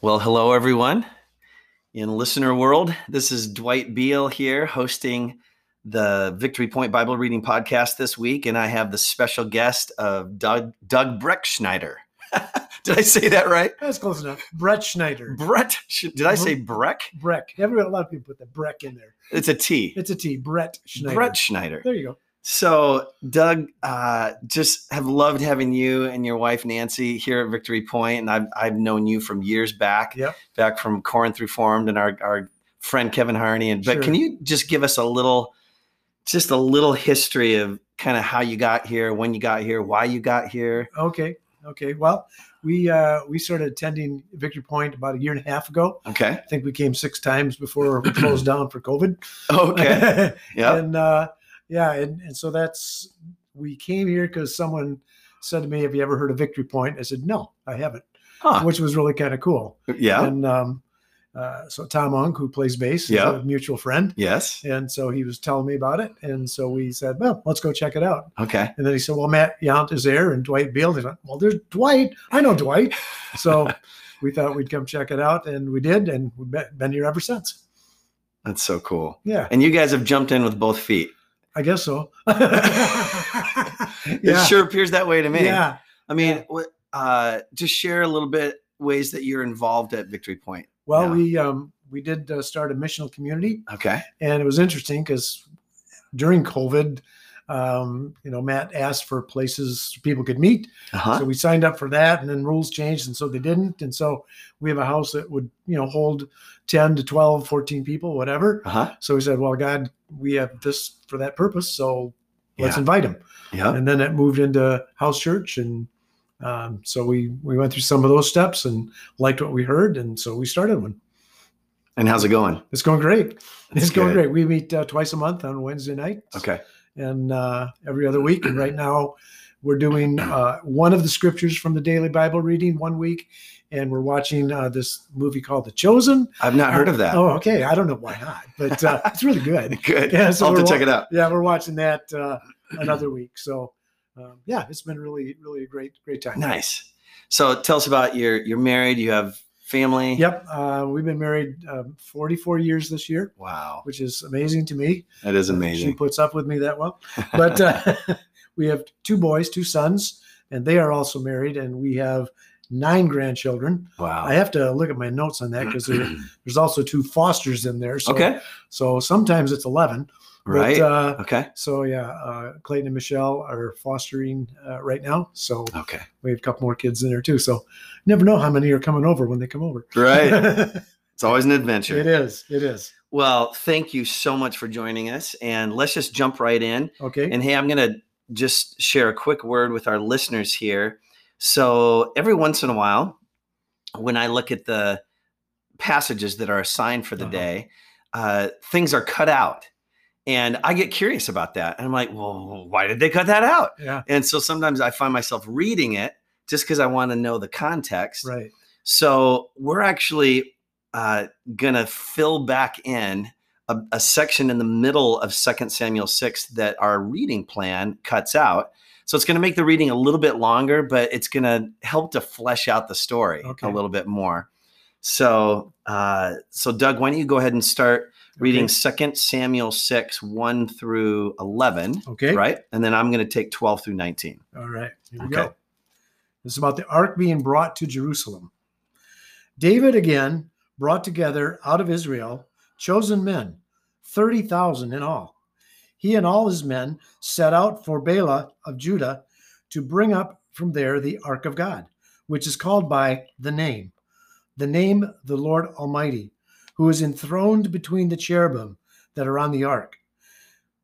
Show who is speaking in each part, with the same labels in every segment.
Speaker 1: Well, hello, everyone in listener world. This is Dwight Beal here hosting the Victory Point Bible Reading Podcast this week, and I have the special guest of Doug, Doug Breck Schneider. did I say that right?
Speaker 2: That's close enough. Brett Schneider.
Speaker 1: Brett, Sch- did I
Speaker 2: Mm-hmm.
Speaker 1: say Breck?
Speaker 2: Breck. Every, a lot of people put the Breck in there.
Speaker 1: It's a T.
Speaker 2: It's a T. Brett Schneider.
Speaker 1: Brett Schneider.
Speaker 2: There you go.
Speaker 1: So, Doug, uh, just have loved having you and your wife Nancy here at Victory Point, and I've I've known you from years back,
Speaker 2: Yep.
Speaker 1: back from Corinth Reformed, and our our friend Kevin Harney. And but
Speaker 2: Sure.
Speaker 1: can you just give us a little, just a little history of kind of how you got here, when you got here, why you got here?
Speaker 2: Okay. Okay. Well, we uh, we started attending Victory Point about a year and a half ago.
Speaker 1: Okay,
Speaker 2: I think we came six times before we closed down for COVID.
Speaker 1: okay, yeah,
Speaker 2: and uh, yeah, and, and so that's we came here because someone said to me, "Have you ever heard of Victory Point?" I said, "No, I haven't,"
Speaker 1: huh.
Speaker 2: which was really kind of cool.
Speaker 1: Ah. yeah,
Speaker 2: And um, uh, so Tom Unk, who plays bass, is
Speaker 1: Yeah.
Speaker 2: a mutual friend.
Speaker 1: yes,
Speaker 2: And so he was telling me about it. And so we said, well, let's go check it out.
Speaker 1: okay,
Speaker 2: And then he said, well, Matt Yount is there and Dwight Beal. He's like, well, there's Dwight. I know Dwight. So we thought we'd come check it out. And we did. And we've been- been here ever since.
Speaker 1: that's so cool.
Speaker 2: Yeah,
Speaker 1: And you guys have jumped in with both feet.
Speaker 2: I guess so.
Speaker 1: It
Speaker 2: yeah.
Speaker 1: sure appears that way to me.
Speaker 2: Yeah.
Speaker 1: I mean,
Speaker 2: Yeah.
Speaker 1: what, uh, just share a little bit ways that you're involved at Victory Point.
Speaker 2: Well,
Speaker 1: Yeah.
Speaker 2: we, um, we did uh, start a missional community
Speaker 1: Okay.
Speaker 2: and it was interesting because during COVID, um, you know, Matt asked for places people could meet
Speaker 1: Uh huh.
Speaker 2: So we signed up for that, and then rules changed, and so they didn't. And so we have a house that would, you know, hold 10 to 12, 14 people, whatever.
Speaker 1: uh huh.
Speaker 2: So we said, well, God, we have this for that purpose, so let's
Speaker 1: Yeah.
Speaker 2: invite them.
Speaker 1: Yeah.
Speaker 2: And then it moved into house church, and um, so we we went through some of those steps and liked what we heard, and so we started one.
Speaker 1: And how's it going?
Speaker 2: It's going great. It's
Speaker 1: That's
Speaker 2: going
Speaker 1: good.
Speaker 2: great. We meet uh, twice a month on Wednesday night
Speaker 1: Okay.
Speaker 2: and uh, every other week. And right now, we're doing uh, one of the scriptures from the daily Bible reading one week, and we're watching uh, this movie called The Chosen.
Speaker 1: I've not heard of that.
Speaker 2: Oh, okay. I don't know why not, but uh, it's really good.
Speaker 1: Good.
Speaker 2: Yeah, so
Speaker 1: I'll have
Speaker 2: we're
Speaker 1: to check it out.
Speaker 2: Yeah, we're watching that uh, another week. So, um, yeah, it's been really, really a great, great time.
Speaker 1: Nice. So tell us about your. You're married. You have family.
Speaker 2: Yep, uh, we've been married um, 44 years this year,
Speaker 1: Wow.
Speaker 2: which is amazing to me.
Speaker 1: That is
Speaker 2: She
Speaker 1: amazing.
Speaker 2: puts up with me that well. But uh, we have two boys, two sons, and they are also married, and we have nine grandchildren. I
Speaker 1: Wow.
Speaker 2: have to look at my notes on that because there, there's also two fosters in there. So,
Speaker 1: okay.
Speaker 2: So sometimes it's 11.
Speaker 1: Right.
Speaker 2: But, uh,
Speaker 1: okay.
Speaker 2: so yeah, uh, Clayton and Michelle are fostering uh, right now. So
Speaker 1: Okay.
Speaker 2: we have a couple more kids in there too. So never know how many are coming over when they come over.
Speaker 1: Right.
Speaker 2: it
Speaker 1: it's always an adventure.
Speaker 2: is. It is.
Speaker 1: Well, thank you so much for joining us, and let's just jump right in.
Speaker 2: Okay.
Speaker 1: And hey, I'm going to just share a quick word with our listeners here. So, every once in a while, when I look at the passages that are assigned for the
Speaker 2: Uh-huh.
Speaker 1: day, uh, things are cut out. And I get curious about that. And I'm like, well, why did they cut that out?
Speaker 2: yeah.
Speaker 1: And so sometimes I find myself reading it just because I want to know the context.
Speaker 2: Right.
Speaker 1: So we're actually uh, gonna fill back in a, a section in the middle of 2 Samuel 6 that our reading plan cuts out. So it's gonna make the reading a little bit longer, but it's gonna help to flesh out the story
Speaker 2: Okay.
Speaker 1: a little bit more. So, uh, so Doug, why don't you go ahead and start reading
Speaker 2: Okay.
Speaker 1: Second 2 Samuel 6, 1 through 11,
Speaker 2: Okay.
Speaker 1: right? And then I'm gonna take 12 through 19.
Speaker 2: All right, here we
Speaker 1: Okay.
Speaker 2: go. This is about the ark being brought to Jerusalem. David again brought together out of Israel chosen men, 30,000 in all. He and all his men set out for Bela of Judah to bring up from there the ark of God, which is called by the name, the name the Lord Almighty, who is enthroned between the cherubim that are on the ark.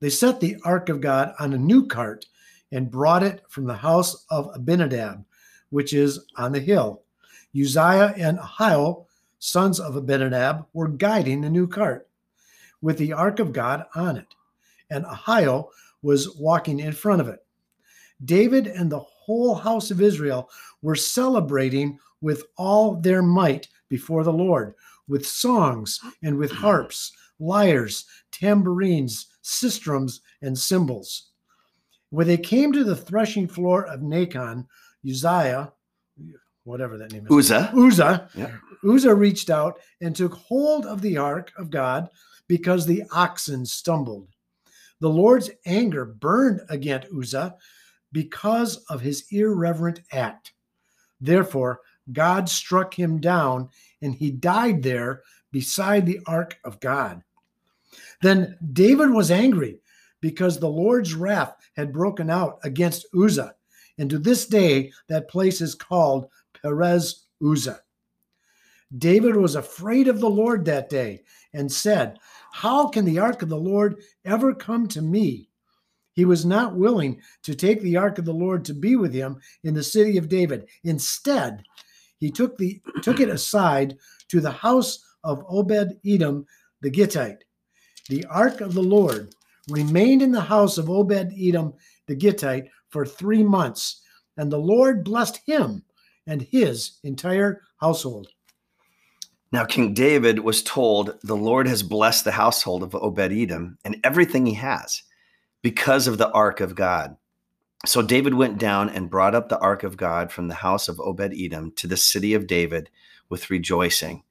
Speaker 2: They set the ark of God on a new cart and brought it from the house of Abinadab, which is on the hill. Uzziah and Ahio, sons of Abinadab, were guiding the new cart with the ark of God on it, and Ahio was walking in front of it. David and the whole house of Israel were celebrating with all their might before the Lord, with songs and with harps, lyres, tambourines, sistrums, and cymbals. When they came to the threshing floor of Nacon, Uzziah, whatever that name is.
Speaker 1: Uzzah.
Speaker 2: Uzzah.
Speaker 1: Yeah.
Speaker 2: Uzzah reached out and took hold of the ark of God because the oxen stumbled. The Lord's anger burned against Uzzah because of his irreverent act. Therefore, God struck him down and he died there beside the ark of God. Then David was angry because the Lord's wrath had broken out against Uzzah. And to this day, that place is called Perez Uzzah. David was afraid of the Lord that day and said, How can the ark of the Lord ever come to me? He was not willing to take the ark of the Lord to be with him in the city of David. Instead, he took, the, took it aside to the house of Obed Edom the Gittite. The ark of the Lord remained in the house of Obed Edom the Gittite for three months, and the Lord blessed him and his entire household.
Speaker 1: Now, King David was told, The Lord has blessed the household of Obed Edom and everything he has because of the ark of God. So David went down and brought up the ark of God from the house of Obed Edom to the city of David with rejoicing.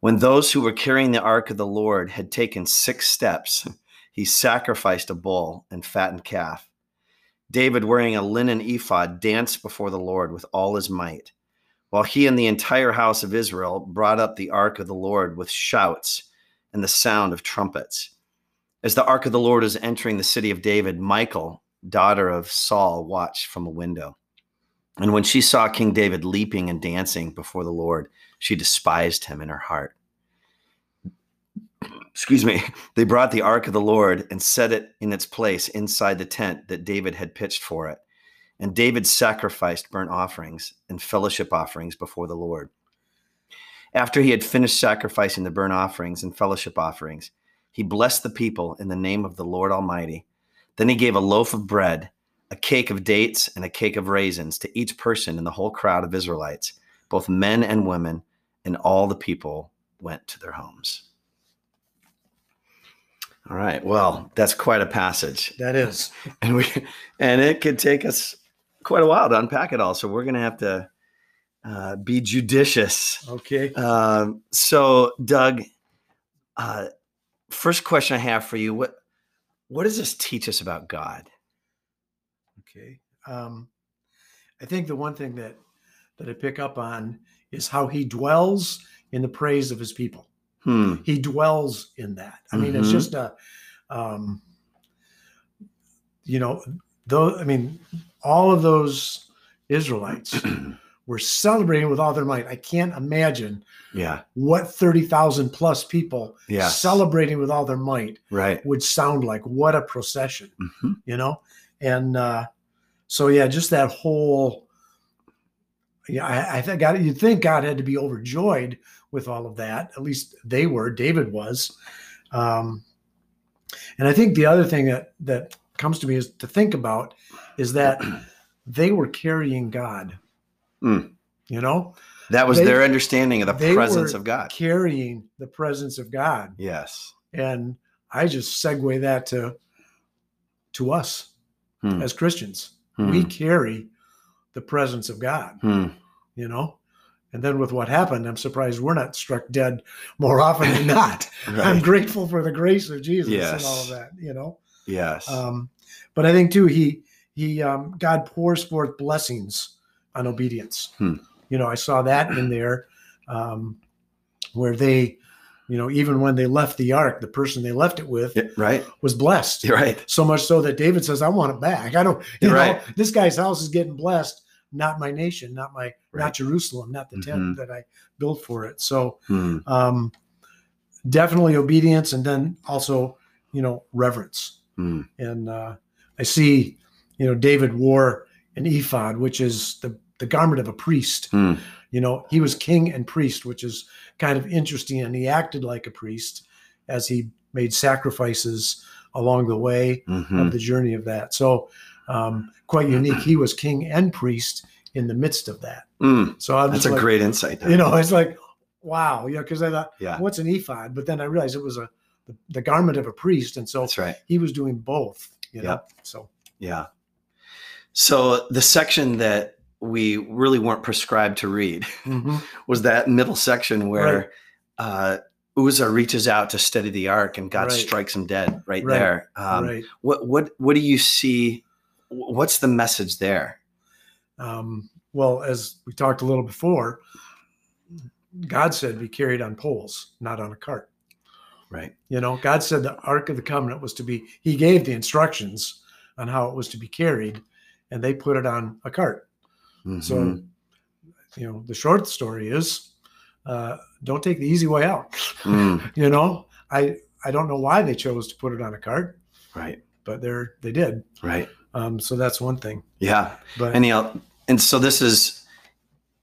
Speaker 1: When those who were carrying the ark of the Lord had taken six steps, he sacrificed a bull and fattened calf. David, wearing a linen ephod, danced before the Lord with all his might, while he and the entire house of Israel brought up the ark of the Lord with shouts and the sound of trumpets. As the ark of the Lord was entering the city of David, Michael, daughter of Saul, watched from a window. And when she saw King David leaping and dancing before the Lord, she despised him in her heart. Excuse me. They brought the ark of the Lord and set it in its place inside the tent that David had pitched for it. And David sacrificed burnt offerings and fellowship offerings before the Lord. After he had finished sacrificing the burnt offerings and fellowship offerings, he blessed the people in the name of the Lord Almighty. Then he gave a loaf of bread, a cake of dates, and a cake of raisins to each person in the whole crowd of Israelites, both men and women, and all the people went to their homes. All right. Well, that's quite a passage.
Speaker 2: That is.
Speaker 1: and we and it could take us quite a while to unpack it all so we're gonna have to uh, be judicious
Speaker 2: Okay.
Speaker 1: um, so doug uh, first question i have for you what what does this teach us about god
Speaker 2: Okay. Um, I think the one thing that that I pick up on is how he dwells in the praise of his people.
Speaker 1: hmm
Speaker 2: He dwells in that. I mean, it's
Speaker 1: Mhm.
Speaker 2: just a, um, you know, though. I mean, all of those Israelites were celebrating with all their might. I can't imagine
Speaker 1: yeah
Speaker 2: what thirty thousand plus people
Speaker 1: yeah
Speaker 2: celebrating with all their might
Speaker 1: right
Speaker 2: would sound like. What a procession!
Speaker 1: Mhm.
Speaker 2: you know and uh so yeah just that whole yeah i, I think god you'd think god had to be overjoyed with all of that at least they were david was um and i think the other thing that that comes to me is to think about is that they were carrying god
Speaker 1: Mm.
Speaker 2: you know
Speaker 1: that was
Speaker 2: They-
Speaker 1: their understanding of the
Speaker 2: they
Speaker 1: presence
Speaker 2: were
Speaker 1: of god
Speaker 2: carrying the presence of god
Speaker 1: yes
Speaker 2: and i just segue that to to us
Speaker 1: Hmm.
Speaker 2: as christians
Speaker 1: Hmm.
Speaker 2: we carry the presence of God,
Speaker 1: Hmm.
Speaker 2: you know? And then with what happened, I'm surprised we're not struck dead more often than not. I'm
Speaker 1: Right.
Speaker 2: grateful for the grace of Jesus and all
Speaker 1: Yes.
Speaker 2: of that, you know?
Speaker 1: yes
Speaker 2: Um, but I think too, he, he, um, God pours forth blessings on obedience.
Speaker 1: Hmm.
Speaker 2: You know, I saw that in there, um, where they, you know, even when they left the ark, the person they left it with
Speaker 1: Yeah, right
Speaker 2: was blessed.
Speaker 1: you're right
Speaker 2: So much so that David says, I want it back. I don't, you
Speaker 1: Right.
Speaker 2: know, this guy's house is getting blessed, not my nation, not my,
Speaker 1: Right. Mm-hmm.
Speaker 2: not Jerusalem, not the tent that I built for it. So
Speaker 1: Hmm.
Speaker 2: um, definitely obedience and then also, you know, reverence.
Speaker 1: Hmm.
Speaker 2: And uh, I see, you know, David wore an ephod, which is the, the garment of a priest.
Speaker 1: Hmm.
Speaker 2: You know, he was king and priest, which is kind of interesting. And he acted like a priest as he made sacrifices along the way
Speaker 1: Mhm.
Speaker 2: of the journey of that. So um, quite unique. He was king and priest in the midst of that.
Speaker 1: Hmm.
Speaker 2: So I'm
Speaker 1: that's
Speaker 2: just
Speaker 1: a
Speaker 2: like,
Speaker 1: great insight Doug.
Speaker 2: you know, it's like, wow, yeah, because I thought,
Speaker 1: yeah
Speaker 2: what's an ephod? But then I realized it was a the, the garment of a priest, and so
Speaker 1: that's right
Speaker 2: he was doing both. You know, so
Speaker 1: Yeah. So the section that we really weren't prescribed to read
Speaker 2: Mhm.
Speaker 1: was that middle section where
Speaker 2: Right.
Speaker 1: uh, Uzzah reaches out to steady the ark and God
Speaker 2: Right.
Speaker 1: strikes him dead right,
Speaker 2: Right.
Speaker 1: there. Um,
Speaker 2: right.
Speaker 1: What what what do you see? wh- What's the message there?
Speaker 2: Um, well, as we talked a little before, God said be carried on poles, not on a cart.
Speaker 1: Right.
Speaker 2: You know, God said the Ark of the Covenant was to be, He gave the instructions on how it was to be carried, and they put it on a cart. So,
Speaker 1: Mhm.
Speaker 2: you know, the short story is uh, don't take the easy way out.
Speaker 1: Mm,
Speaker 2: You know, I, I don't know why they chose to put it on a cart,
Speaker 1: right,
Speaker 2: but they're, they did.
Speaker 1: right,
Speaker 2: Um, so that's one thing.
Speaker 1: yeah.
Speaker 2: But
Speaker 1: Anyhow, and so this is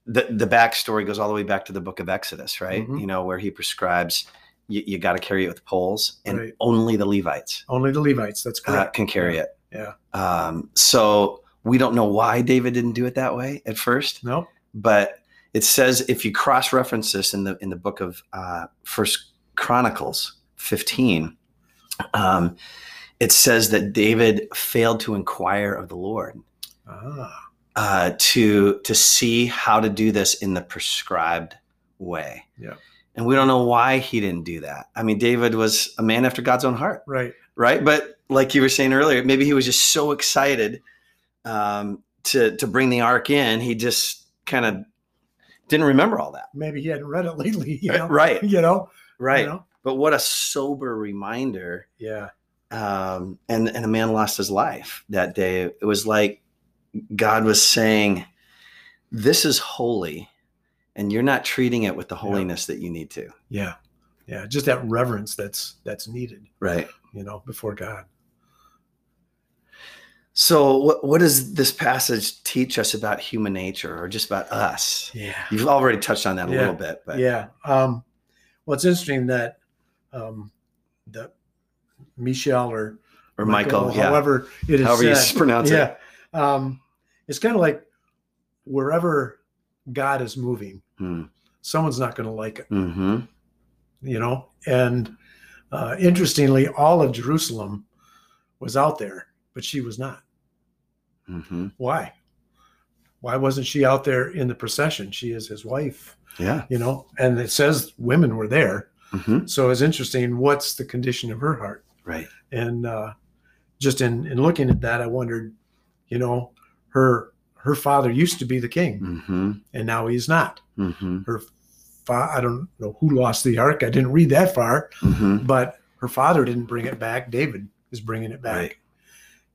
Speaker 1: the the backstory goes all the way back to the book of Exodus, right?
Speaker 2: Mhm.
Speaker 1: You know where he prescribes you, you got to carry it with poles, and
Speaker 2: Right.
Speaker 1: only the Levites
Speaker 2: only the Levites, that's
Speaker 1: uh,
Speaker 2: correct.
Speaker 1: can carry it.
Speaker 2: Yeah.
Speaker 1: Um, so we don't know why David didn't do it that way at first,
Speaker 2: no?
Speaker 1: but it says if you cross reference this in the in the book of uh, First Chronicles fifteen. Um, it says that David failed to inquire of the Lord
Speaker 2: Ah,
Speaker 1: uh, to to see how to do this in the prescribed way.
Speaker 2: Yeah.
Speaker 1: And we don't know why he didn't do that. I mean, David was a man after God's own heart,
Speaker 2: right.
Speaker 1: right? But like you were saying earlier, maybe he was just so excited um, to to bring the ark in, he just kind of didn't remember all that.
Speaker 2: Maybe he hadn't read it lately, you know?
Speaker 1: Right,
Speaker 2: You know?
Speaker 1: right.
Speaker 2: You know?
Speaker 1: But what a sober reminder
Speaker 2: Yeah.
Speaker 1: um, and and a man lost his life that day. It was like God was saying, "This is holy, and you're not treating it with the holiness that you need to."
Speaker 2: Yeah. Yeah. Just that reverence that's that's needed,
Speaker 1: Right.
Speaker 2: you know, before God.
Speaker 1: So, what what does this passage teach us about human nature, or just about us?
Speaker 2: Yeah.
Speaker 1: You've already touched on that a
Speaker 2: Yeah.
Speaker 1: little bit, but
Speaker 2: Yeah. Um, well, it's interesting that um, the Michelle or,
Speaker 1: or Michael, yeah, however,
Speaker 2: however it is
Speaker 1: you
Speaker 2: said,
Speaker 1: pronounce it,
Speaker 2: yeah, um, it's kind of like wherever God is moving, someone's not going to like it,
Speaker 1: Hmm. Mm-hmm.
Speaker 2: you know. And uh, interestingly, all of Jerusalem was out there, but she was not.
Speaker 1: Mm-hmm.
Speaker 2: why why wasn't she out there in the procession she is his wife
Speaker 1: yeah,
Speaker 2: you know and it says women were there
Speaker 1: hmm
Speaker 2: so it's interesting what's the condition of her heart
Speaker 1: right,
Speaker 2: and uh, just in in looking at that i wondered you know her her father used to be the king
Speaker 1: mm-hmm.
Speaker 2: and now he's not
Speaker 1: Mm-hmm.
Speaker 2: her fa- i don't know who lost the ark i didn't read that far
Speaker 1: Mm-hmm.
Speaker 2: but her father didn't bring it back david is bringing it back
Speaker 1: Right.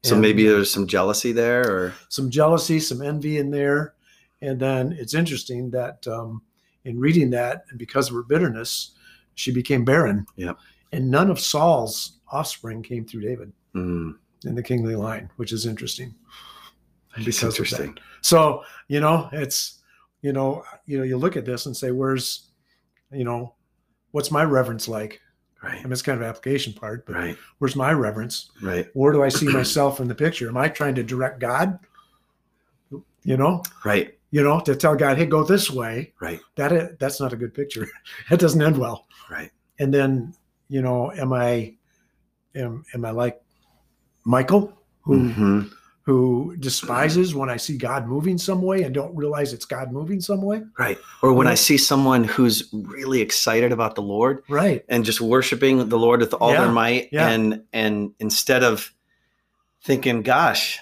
Speaker 1: So
Speaker 2: And- uh,
Speaker 1: maybe there's some jealousy there, or
Speaker 2: some jealousy, some envy in there. And then it's interesting that um, in reading that, because of her bitterness, she became barren.
Speaker 1: Yep.
Speaker 2: And none of Saul's offspring came through David
Speaker 1: Mm,
Speaker 2: in the kingly line, which is interesting.
Speaker 1: it's
Speaker 2: of that.
Speaker 1: interesting.
Speaker 2: So, you know, it's, you know, you know, you look at this and say, where's, you know, what's my reverence like? I
Speaker 1: Right.
Speaker 2: mean, it's kind of application part, but
Speaker 1: Right.
Speaker 2: where's my reverence?
Speaker 1: Right.
Speaker 2: Where do I see myself in the picture? Am I trying to direct God? You know,
Speaker 1: Right.
Speaker 2: you know, to tell God, hey, go this way.
Speaker 1: Right.
Speaker 2: That uh, that's not a good picture. that doesn't end well.
Speaker 1: Right.
Speaker 2: And then, you know, am I am am I like Michael who
Speaker 1: Mhm.
Speaker 2: who despises when I see God moving some way and don't realize it's God moving some way?
Speaker 1: Right. Or when I
Speaker 2: Yeah.
Speaker 1: see someone who's really excited about the Lord
Speaker 2: Right.
Speaker 1: and just worshiping the Lord with all
Speaker 2: Yeah.
Speaker 1: their might,
Speaker 2: Yeah.
Speaker 1: and and instead of thinking, "Gosh,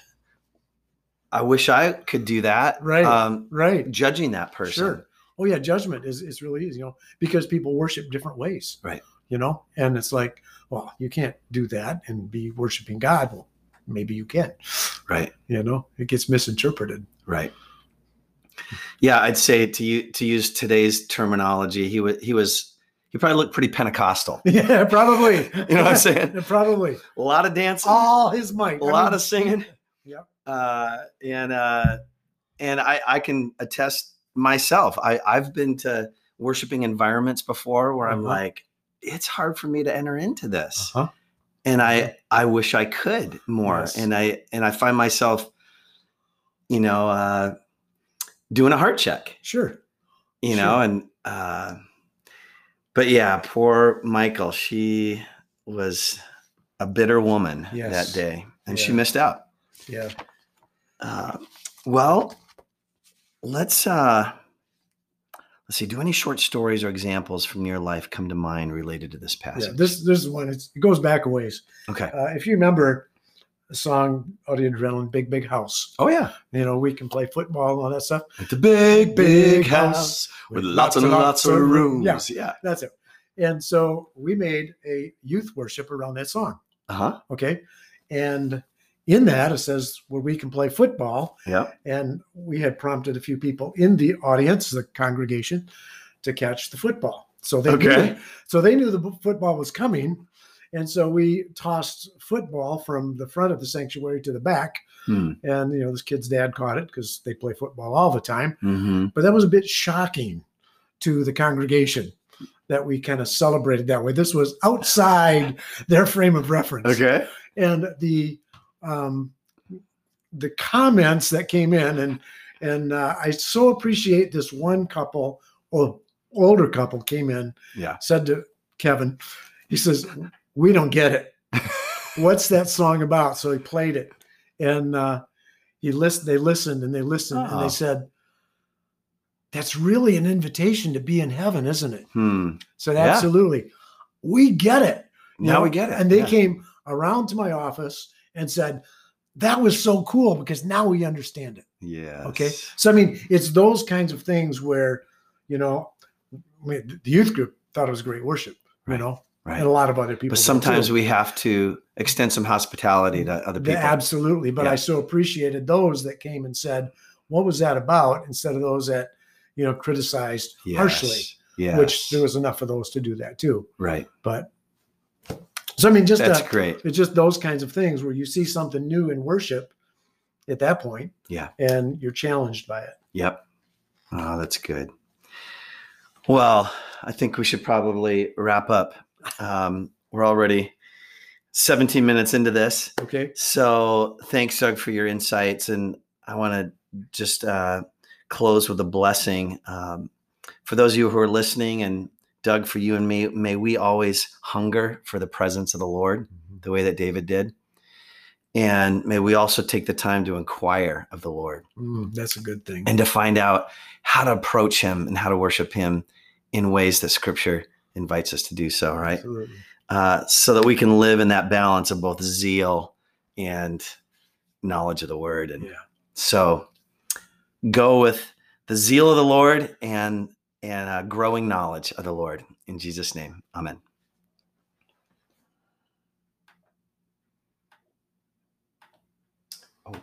Speaker 1: I wish I could do that,"
Speaker 2: Right.
Speaker 1: Um,
Speaker 2: Right.
Speaker 1: judging that person.
Speaker 2: Sure. Oh yeah, judgment is it's really easy, you know, because people worship different ways.
Speaker 1: Right.
Speaker 2: You know, and it's like, well, you can't do that and be worshiping God. Well, maybe you can.
Speaker 1: Right.
Speaker 2: You know, it gets misinterpreted.
Speaker 1: Right. Yeah, I'd say to you to use today's terminology, he was he was he probably looked pretty Pentecostal.
Speaker 2: Yeah, probably.
Speaker 1: You know what I'm saying?
Speaker 2: Yeah, Probably.
Speaker 1: A lot of dancing.
Speaker 2: All his might.
Speaker 1: a
Speaker 2: I
Speaker 1: lot
Speaker 2: mean,
Speaker 1: of singing.
Speaker 2: Yeah.
Speaker 1: Uh, and uh, and I, I can attest myself. I I've been to worshiping environments before where I'm
Speaker 2: Uh-huh.
Speaker 1: like, it's hard for me to enter into this,
Speaker 2: Uh-huh.
Speaker 1: and I I wish I could more.
Speaker 2: Yes.
Speaker 1: And I and I find myself, you know, uh, doing a heart check.
Speaker 2: Sure.
Speaker 1: You know,
Speaker 2: Sure.
Speaker 1: and uh, but yeah, poor Michael. She was a bitter woman
Speaker 2: Yes.
Speaker 1: that day, and she
Speaker 2: Yeah.
Speaker 1: missed out.
Speaker 2: Yeah.
Speaker 1: Uh, well, let's uh let's see do any short stories or examples from your life come to mind related to this
Speaker 2: Yeah,
Speaker 1: passage
Speaker 2: this this is one. It's, it goes back a ways.
Speaker 1: okay
Speaker 2: Uh, if you remember the song "Out of Adrenaline," "Big Big House,"
Speaker 1: oh yeah
Speaker 2: you know we can play football and all that stuff.
Speaker 1: Like the big big house with lots and lots of rooms
Speaker 2: Yeah,
Speaker 1: yeah
Speaker 2: that's it. And so we made a youth worship around that song.
Speaker 1: uh-huh
Speaker 2: Okay, and in that it says where we can play football
Speaker 1: yeah
Speaker 2: and we had prompted a few people in the audience, the congregation, to catch the football. So they
Speaker 1: Okay.
Speaker 2: knew, so they knew the b- football was coming, and so we tossed football from the front of the sanctuary to the back.
Speaker 1: Hmm.
Speaker 2: And you know, this kid's dad caught it because they play football all the time.
Speaker 1: mm-hmm.
Speaker 2: But that was a bit shocking to the congregation that we kind of celebrated that way. This was outside their frame of reference
Speaker 1: okay
Speaker 2: and the um, the comments that came in and and uh, I so appreciate this one couple or older couple came in
Speaker 1: yeah
Speaker 2: said to Kevin he says we don't get it what's that song about so he played it and uh, he list they listened and they listened and
Speaker 1: Uh-huh.
Speaker 2: they said that's really an invitation to be in heaven isn't it
Speaker 1: hmm
Speaker 2: said
Speaker 1: Yeah.
Speaker 2: absolutely we get it you
Speaker 1: now
Speaker 2: know?
Speaker 1: we get it
Speaker 2: And they
Speaker 1: Yeah.
Speaker 2: came around to my office and said, that was so cool because now we understand it.
Speaker 1: yes
Speaker 2: Okay. So, I mean, it's those kinds of things where, you know, I mean, the youth group thought it was great worship, you
Speaker 1: Right,
Speaker 2: know,
Speaker 1: right
Speaker 2: and a lot of other people.
Speaker 1: but sometimes we have to extend some hospitality to other people
Speaker 2: Absolutely. But
Speaker 1: Yeah.
Speaker 2: I so appreciated those that came and said, what was that about? Instead of those that, you know, criticized harshly,
Speaker 1: yeah
Speaker 2: which there was enough of those to do that too.
Speaker 1: right
Speaker 2: But so, I mean, just uh,
Speaker 1: that's
Speaker 2: a,
Speaker 1: great
Speaker 2: it's just those kinds of things where you see something new in worship at that point
Speaker 1: Yeah.
Speaker 2: and you're challenged by it
Speaker 1: Yep. Oh, that's good. Well, I think we should probably wrap up. Um, we're already 17 minutes into this.
Speaker 2: okay
Speaker 1: So thanks, Doug, for your insights. And I want to just uh, close with a blessing. Um, for those of you who are listening, and Doug, for you and me, may we always hunger for the presence of the Lord the way that David did. And may we also take the time to inquire of the Lord
Speaker 2: Mm, that's a good thing
Speaker 1: and to find out how to approach him and how to worship him in ways that scripture invites us to do so, right?
Speaker 2: Absolutely.
Speaker 1: Uh, so that we can live in that balance of both zeal and knowledge of the word. And
Speaker 2: yeah
Speaker 1: so go with the zeal of the Lord and and uh, growing knowledge of the Lord. In Jesus' name, amen.